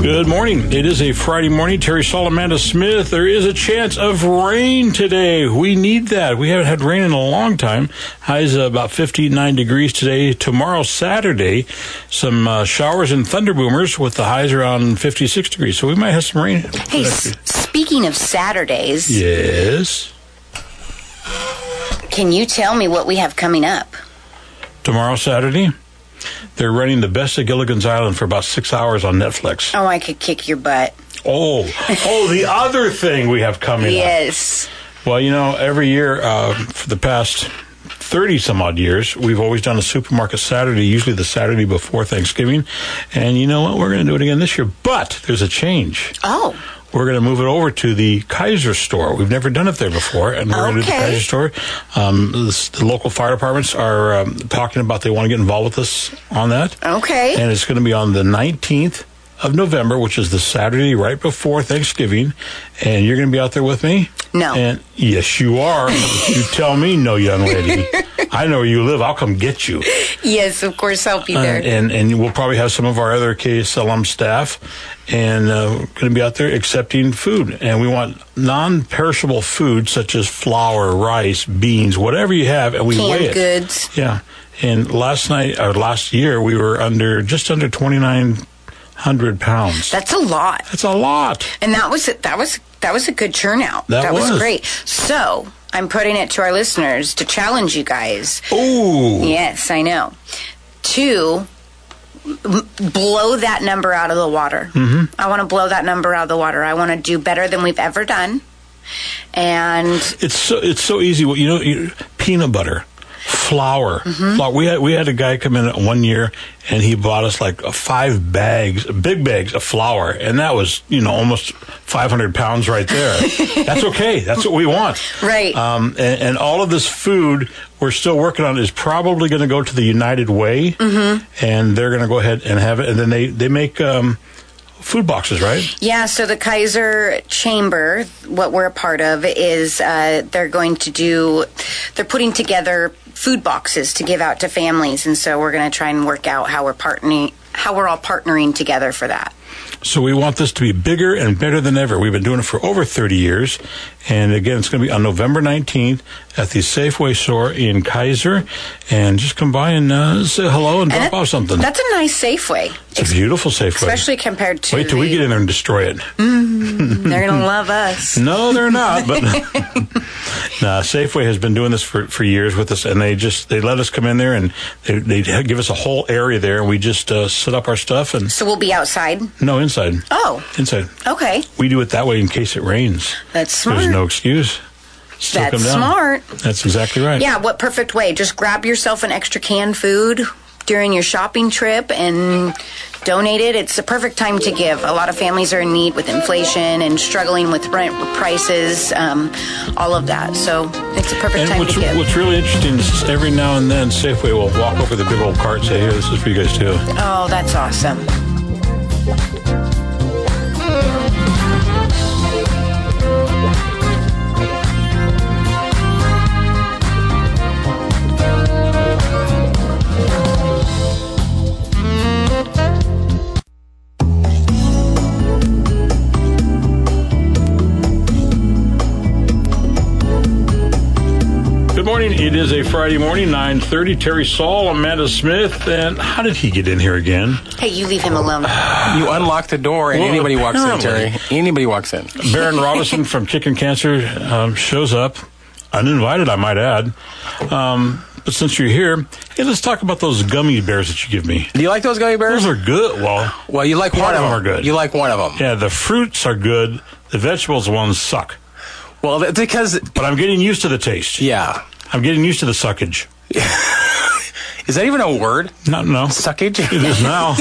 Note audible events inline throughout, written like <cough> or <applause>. Good morning. It is a Friday morning. Terry Salamanda Smith. There is a chance of rain today. We need that. We haven't had rain in a long time. Highs uh, about 59 degrees today. Tomorrow, Saturday, some uh, showers and thunderboomers with the highs around 56 degrees. So we might have some rain. Hey, s- speaking of Saturdays, Yes. can you tell me what we have coming up? Tomorrow, Saturday, they're running the best of Gilligan's Island for about six hours on Netflix. Oh, I could kick your butt. Oh, oh, the other thing we have coming up. Yes. Well, you know, every year uh, for the past 30 some odd years, we've always done a supermarket Saturday, usually the Saturday before Thanksgiving. And you know what? We're going to do it again this year. But there's a change. Oh, We're going to move it over to the Kaiser store. We've never done it there before, and we're going to do the Okay. Kaiser store. Um, this- the local fire departments are um, talking about they want to get involved with us on that. okay. And it's going to be on the 19th of November, which is the Saturday right before Thanksgiving. And you're going to be out there with me? No. And yes, you are. you tell me no, young <laughs> lady. I know where you live. I'll come get you. yes, of course, I'll be Uh, there. and and we'll probably have some of our other KSLM staff, and uh, going to be out there accepting food. And we want non-perishable food such as flour, rice, beans, whatever you have, and we weigh Canned it. goods. Yeah. And last night or last year we were under just under twenty nine hundred pounds. That's a lot. That's a lot. And that was that was that was a good turnout. That was. was. great. So I'm putting it to our listeners to challenge you guys. Ooh. Yes, I know. To m- blow that number out of the water. Mm-hmm. I want to blow that number out of the water. I want to do better than we've ever done. And It's so it's so easy. Well, You know, you, peanut butter, flour, Mm-hmm. flour. We had we had a guy come in one year and he bought us like five bags, big bags of flour, and that was you know almost five hundred pounds right <laughs> there. That's okay. That's what we want. Right. Um, and, and all of this food we're still working on is probably going to go to the United Way, Mm-hmm. and they're going to go ahead and have it. And then they they make um, food boxes, right? Yeah, so the Kaiser Chamber, what we're a part of, is uh, they're going to do, they're putting together food boxes to give out to families. And so we're going to try and work out how we're partnering, how we're all partnering together for that. So we want this to be bigger and better than ever. We've been doing it for over 30 years. And again, it's going to be on November 19th at the Safeway store in Kaiser. And just come by and uh, say hello and drop And that- off something. That's a nice Safeway, It's a beautiful Safeway. especially compared to. Wait till we the- get in there and destroy it. They're <laughs> going to love us. No, they're not. But <laughs> nah, Safeway has been doing this for, for years with us, and they just they let us come in there and they, they give us a whole area there, and we just uh, set up our stuff and So we'll be outside. no inside, Oh, inside. okay. We do it that way in case it rains. That's smart. There's no excuse. Still That's come down. smart. That's exactly right. Yeah, what perfect way? Just grab yourself an extra canned food during your shopping trip and donate it. It's the perfect time to give. A lot of families are in need with inflation and struggling with rent prices, um, all of that. So it's a perfect And time what's, to give. what's really interesting is every now and then Safeway will walk over the big old cart and say, hey, this is for you guys too. oh, that's awesome. Good morning. It is a Friday morning, 9.30. Terry Saul, Amanda Smith. And how did he get in here again? Hey, you leave him <sighs> alone. You unlock the door and Well, anybody walks in, apparently. Terry. Anybody walks in. Baron Robinson from Chicken Cancer um, shows up, uninvited, I might add. Um, but since you're here, hey, let's talk about those gummy bears that you give me. Do you like those gummy bears? Those are good. Well, well, you like Part one of of them them. are good. You like one of them. yeah, the fruits are good. The vegetables ones suck. Well, that's because But I'm getting used to the taste. yeah, I'm getting used to the suckage. is that even a word? No, no. It <laughs> Suckage. is now.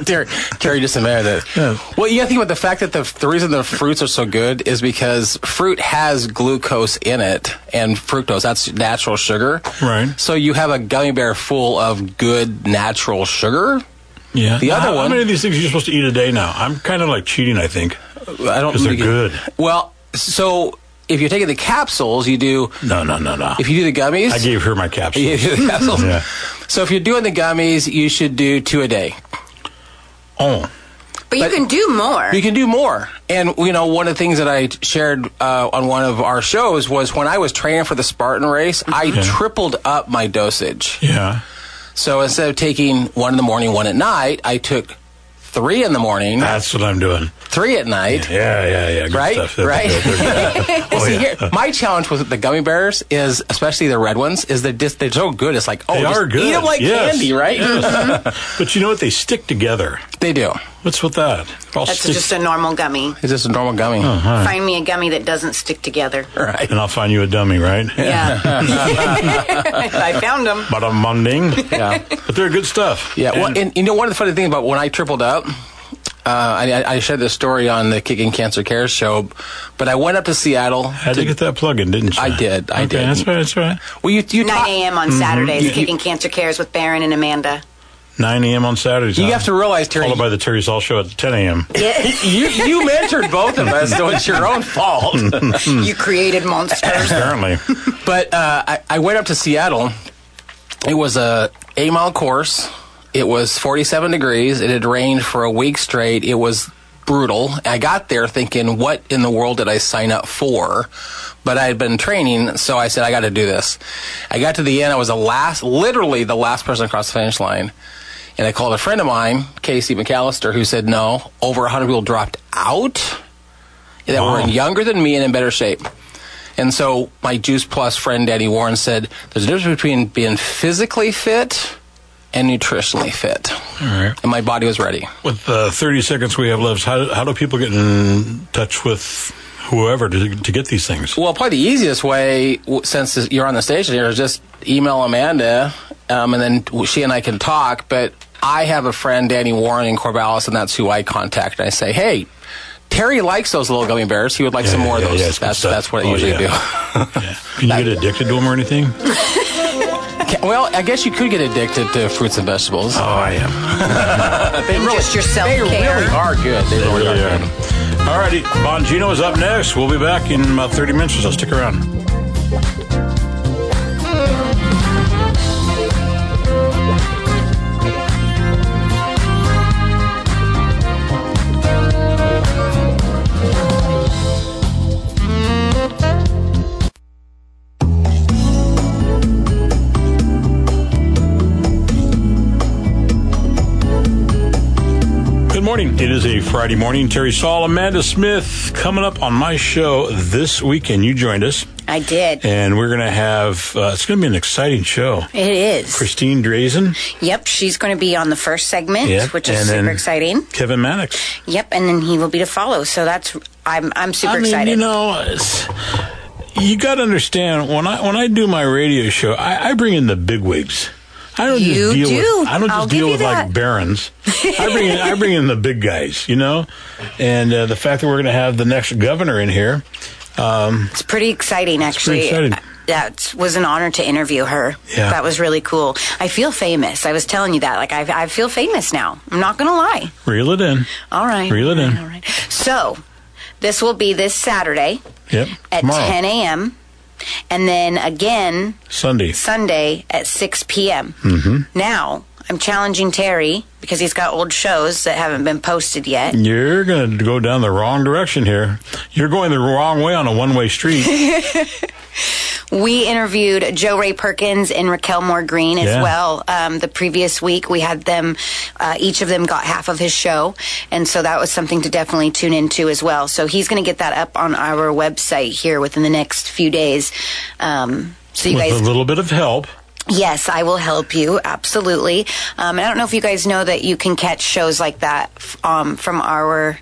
<laughs> Terry, Terry just admitted that. Well, you got to think about the fact that the the reason the fruits are so good is because fruit has glucose in it and fructose. That's natural sugar. Right. So you have a gummy bear full of good natural sugar. yeah. The other How- How one- many of these things are you supposed to eat a day now? I'm kind of like cheating, I think. I don't. 'Cause they're think- good. Well, so if you're taking the capsules, you do. No, no, no, no. If you do the gummies, I gave her my capsule. You do the <laughs> capsules. Yeah. So if you're doing the gummies, you should do two a day. Oh. But, you can do more. You can do more. And, you know, one of the things that I shared uh, on one of our shows was when I was training for the Spartan race, I tripled up my dosage. Yeah. So instead of taking one in the morning, one at night, I took three in the morning, That's what I'm doing. three at night. Ah. Yeah, yeah, yeah. Good Right, stuff. right. <laughs> Oh, See, yeah. here, my challenge with the gummy bears is, especially the red ones, is they're just, they're so good. It's like, oh, They just are good. eat them like Yes. candy, right? Yes. but you know what? They stick together. They do. What's with that? I'll That's stick, just a normal gummy. It's just a normal gummy, Uh-huh. Find me a gummy that doesn't stick together. <laughs> right? and I'll find you a dummy, right? <laughs> Yeah. I found them. But I'm munding. Yeah. But they're good stuff. Yeah, well, And- and you know, one of the funny things about when I tripled up, uh, I, I- I shared this story on the Kicking Cancer Care show, but I went up to Seattle. had to to- get that plug in, didn't you? I did, I okay, did. That's right. That's right. well, you, you, 9 talk- a.m. Mm-hmm. on Saturdays, kicking cancer cares with Baron and Amanda. 9 a.m. on Saturdays. you huh? have to realize, Terry, followed by the Terry Saul show at 10 a.m. you, you mentored both of us, so it's your own fault. <laughs> <laughs> you created monsters. <laughs> Apparently, but uh, I, I went up to Seattle. It was a eight mile course. It was 47 degrees. It had rained for a week straight. It was brutal. I got there thinking, what in the world did I sign up for? But I had been training, so I said, I got to do this. I got to the end. I was the last, literally the last person across the finish line. And I called a friend of mine, Casey McAllister, who said, no, over 100 people dropped out that Wow. were in younger than me and in better shape. And so my Juice Plus friend Danny Warren said, "There's a difference between being physically fit and nutritionally fit." all right. And my body was ready. With the 30 seconds we have left, how, how do people get in touch with whoever to, to get these things? Well, probably the easiest way, w- since this- you're on the station here, is just email Amanda, um, and then w- she and I can talk. But I have a friend, Danny Warren in Corvallis, and that's who I contact. I say, "Hey, Terry likes those little gummy bears. He would like Yeah, some more yeah, of those." yeah, it's good that's stuff. that's what I Oh, usually yeah. Yeah. Can you get addicted to them or anything? Oh, do. <laughs> Ca- well, I guess you could get addicted to fruits and vegetables. Oh, I am. They And just your self-care. They really are good. They really are good. All righty. Bongino is up next. We'll be back in about 30 minutes or so. Stick around. Good morning. It is a Friday morning. Terry Saul, Amanda Smith coming up on my show this weekend. You joined us, I did. and we're going to have, uh, it's going to be an exciting show. It is. Christine Drazen. Yep, she's going to be on the first segment, Yep, which is and super then exciting. Kevin Mannix. Yep, and then he will be to follow. So that's I'm I'm super I mean, excited. you know, it's- you got to understand when I when I do my radio show, I, I bring in the big wigs. I don't You just deal do. with I don't just I'll give deal you with like that. <laughs> barons. I bring in, I bring in the big guys, you know, and uh, the fact that we're going to have the next governor in here. It's pretty exciting, actually. pretty exciting. That was an honor to interview her. Yeah. That was really cool. I feel famous. I was telling you that. Like I, I feel famous now. I'm not going to lie. Reel it in. All right. Reel it All in. right, all right. So, this will be this Saturday Yep. at Tomorrow. 10 a.m. and then again Sunday. Sunday at 6 p.m. Mm-hmm. Now, I'm challenging Terry because he's got old shows that haven't been posted yet. You're going to go down the wrong direction here. You're going the wrong way on a one way <laughs> street. We interviewed Joe Ray Perkins and Raquel Moore Green as Yeah. well. Um, the previous week, we had them, uh, each of them got half of his show. And so that was something to definitely tune into as well. So he's going to get that up on our website here within the next few days. Um, so you with guys a little bit of help. Yes, I will help you. Absolutely. Um, and I don't know if you guys know that you can catch shows like that f- um, from our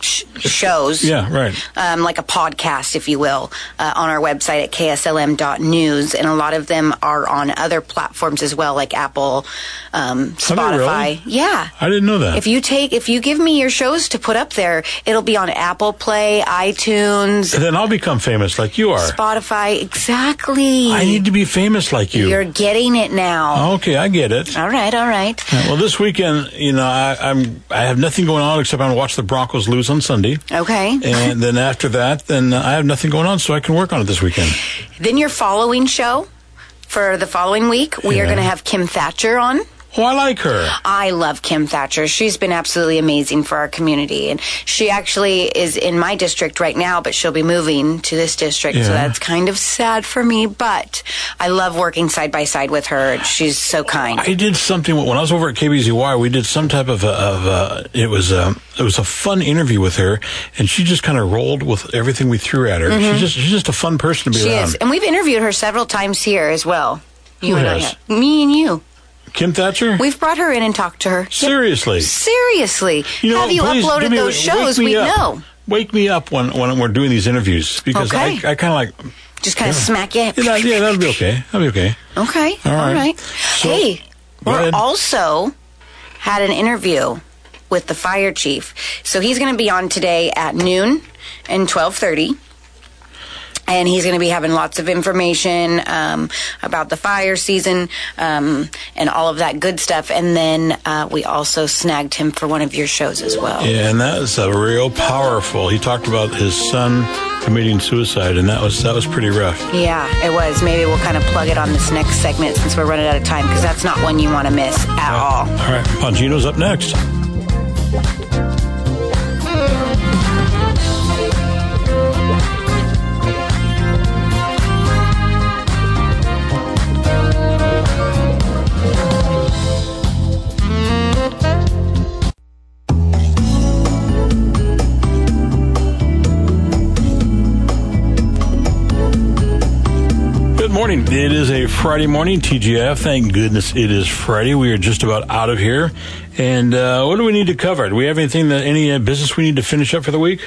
sh- shows. Yeah, right. Um, like a podcast, if you will, uh, on our website at kslm.news. And a lot of them are on other platforms as well, like Apple, um, Are they Spotify. Oh, really? Yeah. I didn't know that. If you take, if you give me your shows to put up there, it'll be on Apple Play, iTunes, then I'll become famous like you are. Spotify. Exactly. I need to be famous like you. Oh. You're getting it now. okay, I get <laughs> it. All right, all right. Well, this weekend, you know, I, I'm I have nothing going on except I'm going to watch the Broncos lose on Sunday, Okay. and then after that, then I have nothing going on, so I can work on it this weekend. Then your following show for the following week, we Yeah. are going to have Kim Thatcher on. Oh, I like her. I love Kim Thatcher. She's been absolutely amazing for our community. And she actually is in my district right now, but she'll be moving to this district. So Yeah. that's kind of sad for me, but I love working side by side with her. She's so kind. I did something when I was over at KBZY. We did some type of a, of a it was a it was a fun interview with her, and she just kind of rolled with everything we threw at her. She's just she's just a fun person to be Mm-hmm. she around. is. And we've interviewed her several times here as well. You Who and has? I. have. Me and you. Kim Thatcher. We've brought her in and talked to her. Seriously, Seriously. you know, Have you please uploaded give me- those wake shows? me We up. know. Wake me up when when we're doing these interviews because Okay. I I kind of like Just kind of smack you. yeah, that, yeah that'll be okay that'll be okay. Okay. All All right. right. So- hey, Go we're ahead. also had an interview with the fire chief. So he's going to be on today at noon and 12:30. And he's going to be having lots of information um, about the fire season um, and all of that good stuff. And then uh, we also snagged him for one of your shows as well. Yeah, and that is a real powerful. He talked about his son committing suicide, and that was that was pretty rough. Yeah, it was. Maybe we'll kind of plug it on this next segment since we're running out of time because that's not one you want to miss at all. All right, Pongino's up next. Good morning. It is a Friday morning, TGF. Thank goodness it is Friday. We are just about out of here. And uh, what do we need to cover? Do we have anything that any uh, business we need to finish up for the week?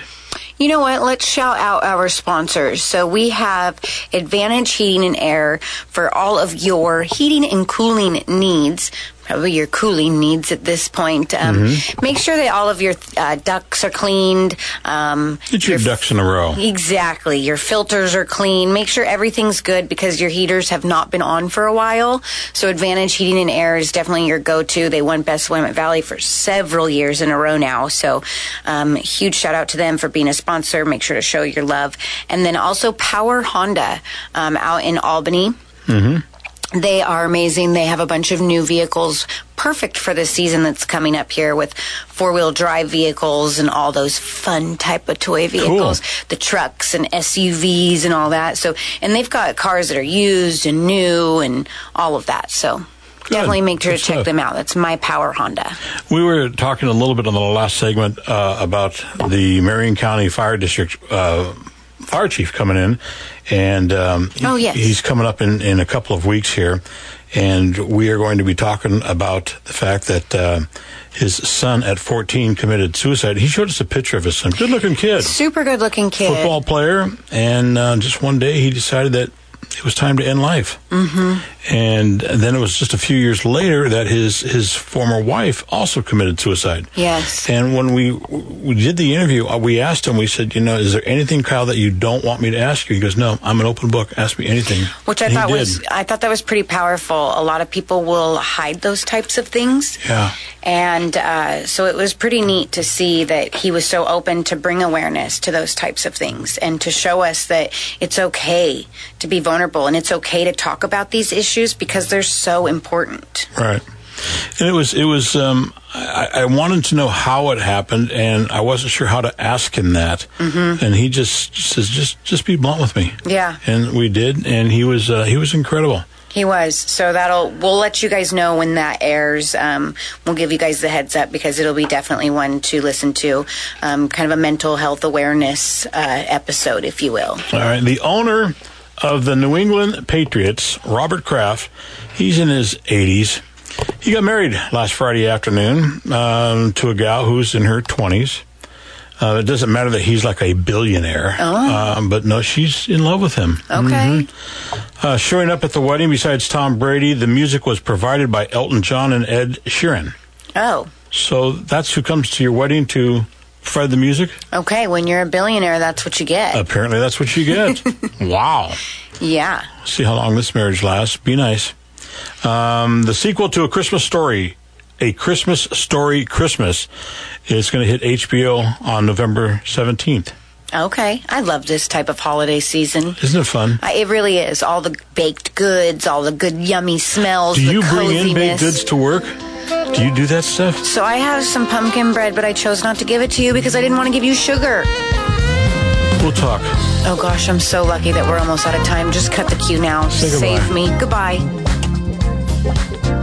You know what? Let's shout out our sponsors. So we have Advantage Heating and Air for all of your heating and cooling needs. Probably your cooling needs at this point. Um, Make sure that all of your uh, ducts are cleaned. Um, Get your ducks in a row. Exactly. Your filters are clean. Make sure everything's good because your heaters have not been on for a while. So Advantage Heating and Air is definitely your go-to. They won Best Willamette Valley for several years in a row now. So um, huge shout out to them for being a sponsor. Make sure to show your love. And then also Power Honda um, out in Albany. They are amazing. They have a bunch of new vehicles perfect for the season that's coming up here with four-wheel drive vehicles and all those fun type of toy vehicles, the trucks and SUVs and all that. So, and they've got cars that are used and new and all of that. So, definitely make sure Good to check stuff. them out. That's my Power Honda. We were talking a little bit on the last segment uh, about the Marion County Fire District uh, fire chief coming in, and um, Oh, yes. he's coming up in, in a couple of weeks here, and we are going to be talking about the fact that uh, his son at 14 committed suicide. He showed us a picture of his son, good looking kid, Super good-looking kid. football player, and uh, just one day he decided that it was time to end life. Mm-hmm. And then it was just a few years later that his his former wife also committed suicide. Yes. And when we we did the interview, uh, we asked him. We said, you know, is there anything, Kyle, that you don't want me to ask you? He goes, no, I'm an open book. Ask me anything. Which I And he thought did. was I thought that was pretty powerful. A lot of people will hide those types of things. Yeah. And uh, so it was pretty neat to see that he was so open to bring awareness to those types of things and to show us that it's okay to be vulnerable and it's okay to talk about these issues because they're so important. Right. And it was it was um, I, I wanted to know how it happened, and I wasn't sure how to ask him that. Mm-hmm. And he just says, just just be blunt with me. Yeah. And we did, and he was uh, he was incredible. He was. So that'll we'll let you guys know when that airs. Um, we'll give you guys the heads up because it'll be definitely one to listen to, um, kind of a mental health awareness uh, episode, if you will. All right. The owner of the New England Patriots, Robert Kraft, he's in his 80s. He got married last Friday afternoon um, to a gal who's in her 20s. Uh, it doesn't matter that he's like a billionaire, um, but no, she's in love with him. Okay. Uh, showing up at the wedding, besides Tom Brady, the music was provided by Elton John and Ed Sheeran. Oh, So that's who comes to your wedding to provide the music? okay. When you're a billionaire, that's what you get. Apparently, that's what you <laughs> get. wow. yeah. see how long this marriage lasts. Be nice. Um, the sequel to A Christmas Story, A Christmas Story Christmas, is going to hit HBO on November 17th. Okay. I love this type of holiday season. Isn't it fun? I, it really is. All the baked goods, all the good yummy smells. Do the you bring in baked coziness. goods to work? Do you do that stuff? So I have some pumpkin bread, but I chose not to give it to you because I didn't want to give you sugar. We'll talk. Oh gosh, I'm so lucky that we're almost out of time. Just cut the queue now. Say goodbye. Save me. Goodbye.